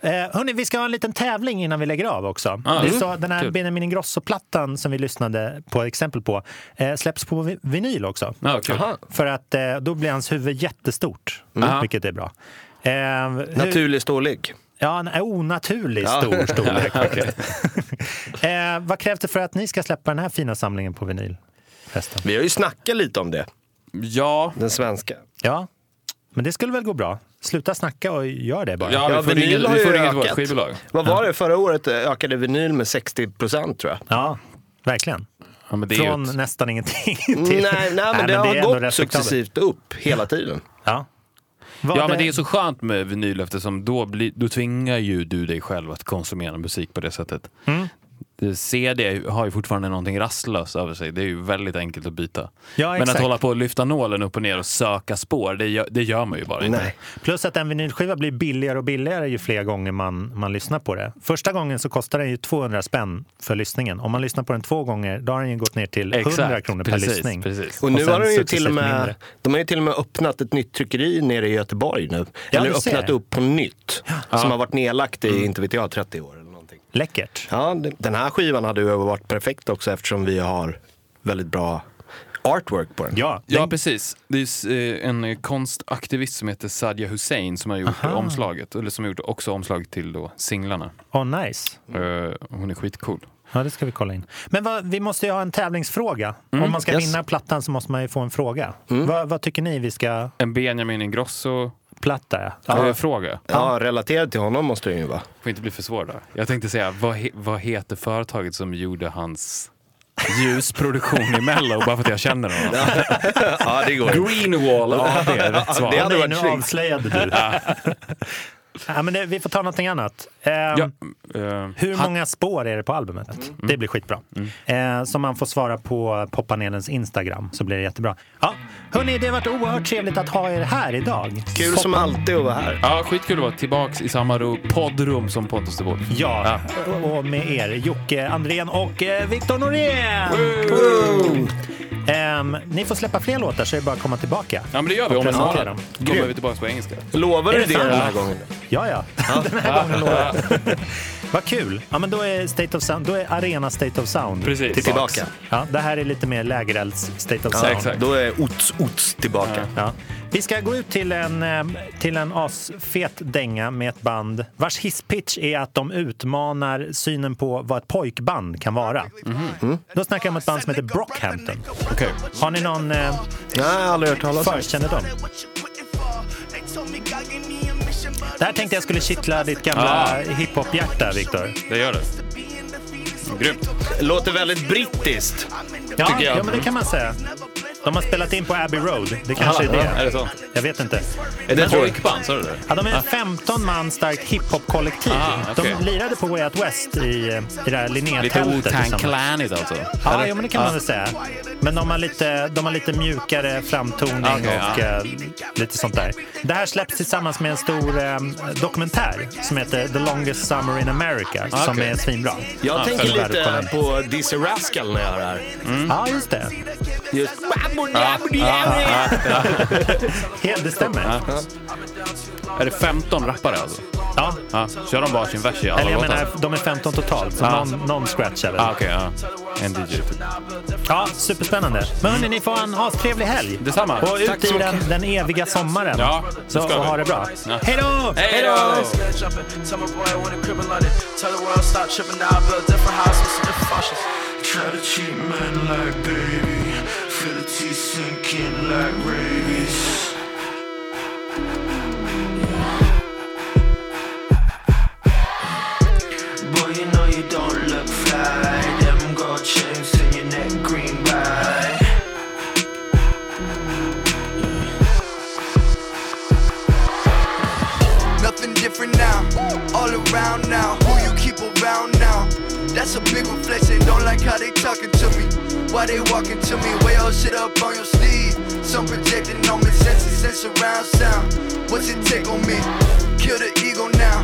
D: Eh, hörni, vi ska ha en liten tävling innan vi lägger av också.
E: Ah,
D: det är
E: mm.
D: så, den här
E: Kul.
D: Benjamin Ingrosso-plattan som vi lyssnade på exempel på eh, släpps på vi- vinyl också.
E: Ja, kul. Aha.
D: För att eh, då blir hans huvud jättestort,
F: Mm.
D: vilket är bra. Eh, hur-
F: Naturlig storlek.
D: Ja, en onaturlig
F: Ja.
D: stor storlek.
F: Ja,
D: eh, vad krävs det för att ni ska släppa den här fina samlingen på vinyl? Resten?
F: Vi har ju snackat lite om det.
E: Ja.
F: Den svenska.
D: Ja, men det skulle väl gå bra? Sluta snacka och gör det bara.
E: Ja, vi får ringa- vi får ringa till vårt skivbolag.
F: Vad var det? Förra året ökade vinyl med 60 procent tror jag.
D: Ja, verkligen.
E: Ja, men det är ju
D: Från
E: ett-
D: nästan ingenting till...
F: Nej, nej, men det har
D: är ändå
F: gått
D: respektabelt.
F: successivt upp hela tiden.
D: Ja.
E: ja, men det är så skönt med vinyl eftersom då, blir, då tvingar ju du dig själv att konsumera musik på det sättet.
D: Mm.
E: Det- CD har ju fortfarande någonting rastlöst över sig. Det är ju väldigt enkelt att byta.
D: Ja,
E: men att
D: exakt.
E: hålla på och lyfta nålen upp och ner och söka spår, det gör, det gör man ju bara inte.
D: Plus att en vinylskiva blir billigare och billigare ju fler gånger man, man lyssnar på det. Första gången så kostar den ju 200 spänn för lyssningen. Om man lyssnar på den två gånger, då har den ju gått ner till 100
E: Exakt,
D: kronor per
E: precis,
D: lyssning.
E: precis.
F: Och nu
D: sen
F: har de ju
D: successivt
F: till och
D: mindre.
F: med, de har ju till och med öppnat ett nytt tryckeri nere i Göteborg nu.
D: Ja,
F: eller
D: du ser.
F: öppnat upp på nytt. Som har varit nedlagt i, inte vet jag, 30 år. Eller någonting.
D: Läckert.
F: Ja, det- den här skivan hade ju varit perfekt också eftersom vi har väldigt bra artwork på den.
D: Ja,
E: Ja, precis. Det är s- eh, en konstaktivist som heter Sadia Hussein som har gjort
D: Aha.
E: omslaget, eller som har gjort också omslaget till då singlarna.
D: Åh, nice.
E: Eh, Hon är skitcool.
D: Ja, det ska vi kolla in. Men vad, vi måste ju ha en tävlingsfråga.
E: Mm,
D: Om man ska
E: yes.
D: vinna plattan så måste man ju få en fråga.
F: Mm.
D: Vad, vad tycker ni vi ska...
E: En Benjamin Ingrosso-platta,
D: ja.
F: Ja.
E: Fråga.
F: Ja, relaterad till honom måste den ju vara.
E: får inte bli för svår där. Jag tänkte säga, vad, he, vad heter företaget som gjorde hans ljusproduktion i Mello bara för att jag känner honom?
F: ja, det går ju.
E: Greenwall AB
F: Ja,
E: är rätt svar.
F: det hade
D: Nej,
F: varit
D: nu
F: snyggt.
D: avslöjade du. ja, men det, vi får ta någonting annat. Eh,
E: Eh,
D: Hur
E: han-
D: många spår är det på albumet?
F: Mm.
D: Det blir skitbra. Eh, som man får svara på poppanelens Instagram så blir det jättebra. Ja, hörni, det har varit oerhört trevligt att ha er här idag.
F: Kul som alltid att vara här.
E: Ja, skitkul att vara tillbaka i samma ro, poddrum som Pontus de Wolf.
D: Ja, och med er Jocke Andrén och eh, Viktor Norén! Ehm, ni får släppa fler låtar så är det bara att komma tillbaka.
E: Ja, men det gör vi.
D: Och
E: Om en
D: presentera
E: månad
D: dem.
E: kommer vi tillbaka på engelska.
F: Lovar
D: Är
F: du
D: det
F: det den här
D: sant?
F: gången?
D: Ja, ja. Den här gången lovar jag. Vad kul. Ja, men då är, State of Sound, då är Arena State of Sound
E: Precis.
F: Tillbaka.
D: Ja, det här är lite mer lägerelds State of
F: Ja,
D: Sound.
E: exakt.
F: Då är Ots Ots tillbaka.
D: Ja. Vi ska gå ut till en, eh, till en asfet dänga med ett band vars hisspitch är att de utmanar synen på vad ett pojkband kan vara. Mm. Då snackar jag om ett band som heter Brockhampton. Har ni någon eh,
F: Nej, aldrig hört talas om.
D: förkännedom? Där tänkte jag skulle kittla ditt gamla hiphop-hjärta, Viktor.
E: Det gör det. Grymt.
F: Låter väldigt brittiskt.
D: Ja,
F: Tycker jag.
D: ja, men det kan man säga. De har spelat in på Abbey Road. Det kanske är
E: Ja,
D: det.
E: Är det så?
D: Jag vet inte.
F: Är det
E: Men
F: folk?
E: pojkband, sa du det?
D: Ja, de är ett 15 man starkt hiphop-kollektiv.
E: Ah, okej.
D: De lirade på Way Out West i, eh, i det här
E: Lite
D: Linné-tältet
E: Wu-Tang
D: tillsammans.
E: Clanigt alltså?
D: Ja,
E: Eller?
D: jo, men det kan man väl säga. Men de har lite, de har lite mjukare framtoning
E: Okej,
D: och
E: ja.
D: eh, lite sånt där. Det här släpps tillsammans med en stor eh, dokumentär som heter The Longest Summer in America
E: Ah,
D: som
E: okej.
D: är svinbra.
F: Jag
D: Ja,
F: tänker
D: så är det värt att kolla in.
F: lite på Dizzy Rascal när jag hör det här.
D: Ja, just det.
F: Just...
D: Helt, det stämmer.
E: Är det 15 rappare alltså?
D: Ja.
E: Ja, kör de varsin vers i alla
D: Eller jag
E: låtar?
D: menar, de är 15 totalt, så
E: Ja.
D: någon, någon scratchar väl.
E: Ah, okej, ja. En DJ typ.
D: Ja, superspännande. Men hörni, ni får ha en astrevlig helg.
E: Detsamma.
D: Och ut
E: Tack
D: i
E: så
D: den,
E: mycket.
D: den eviga sommaren.
E: Ja, det
D: så,
E: ska
D: och
E: vi.
D: ha det bra.
E: Ja.
D: Hej då!
E: Hej då!
N: Tell my boy I wanna crib and light it. Tell the world stop tripping now. I built different house with some different functions. Try to cheat men like baby.
O: feel the tea sinking like rabies. Boy, you know you don't look fly. Them gold chains in your neck, green by.
P: Nothing different now, all around now. Who you keep around now? That's a big reflection. Don't like how they talking to me. Why they walking to me? Wear all shit up on your sleeve. Some projecting on me, senses and surround sound. What's it take on me? Kill the ego now.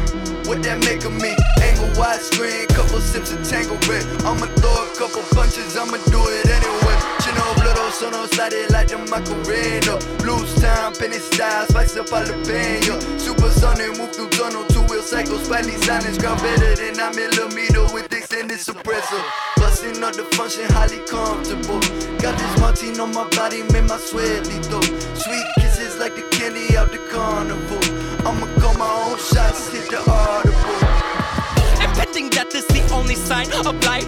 P: What that make of me? Angle wide screen, couple sips of tango red. I'ma throw a couple punches, I'ma do it anyway. Chino blood, so no slide it like the Macarena. Blues time, penny style, spice up jalapeno. Super sonic, move through tunnel, two wheel cycle, spidey silence, ground better than I'm in millimeter with extended suppressor. Busting up the function, highly comfortable. Got this martine on my body, made my sweat lethal. Sweet kisses like the candy out the carnival. I'ma call my own shots, hit the audible.
Q: Impending death is the only sign of life.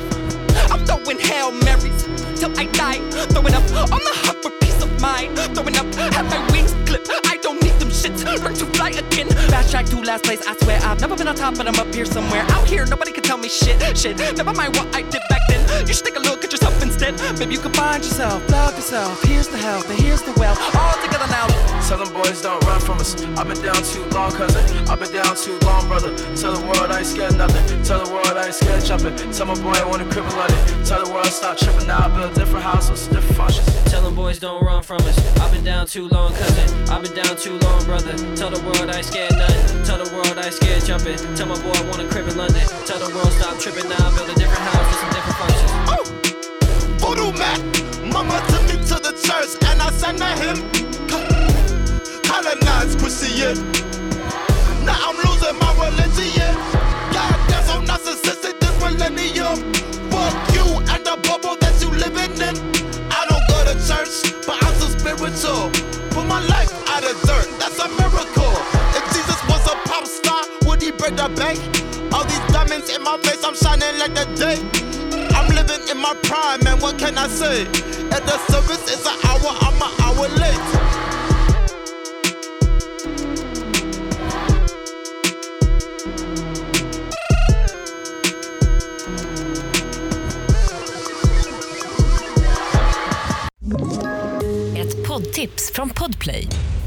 Q: I'm throwing Hail Marys till I die. Throwing up on the hunt for peace of mind. Throwing up, have my wings clipped. I don't need them shits. Learn to fly again. Fast track to last place. I swear I've never been on top, but I'm up here somewhere. Out here, nobody can tell me shit. Shit, never mind what I did back then. You should take a look at yourself instead. Maybe you can find yourself, love yourself. Here's the help, and here's the well. All together now.
N: Tell them boys don't run from us. I've been down too long, cousin. I've been down too long, brother. Tell the world I ain't scared nothing. Tell the world I ain't scared jumping. Tell my boy I want to crib on it. Tell the world stop tripping. Now I build different houses, different functions.
M: Tell them boys don't run from us. I've been down too long, cousin. I've been down too long, brother. Tell the world I ain't scared nothing. Tell the world I ain't scared jumping. Tell my boy I want a crib in London. Tell the world stop tripping. Now I build a different house with some different functions.
O: Voodoo man, mama took me to the church and I sang to him. Co- Colonized Christian. Now I'm losing my religion. God damn, so narcissistic, this millennium. Fuck you and the bubble that you living in. I don't go to church, but I'm so spiritual. Put my life out of dirt, that's a miracle. If Jesus was a pop star, would he break the bank? All these diamonds in my face, I'm shining like the day. I'm living in my prime, man. What can I say? If the service is an hour, I'm an hour late.
J: Ett poddtips från Podplay.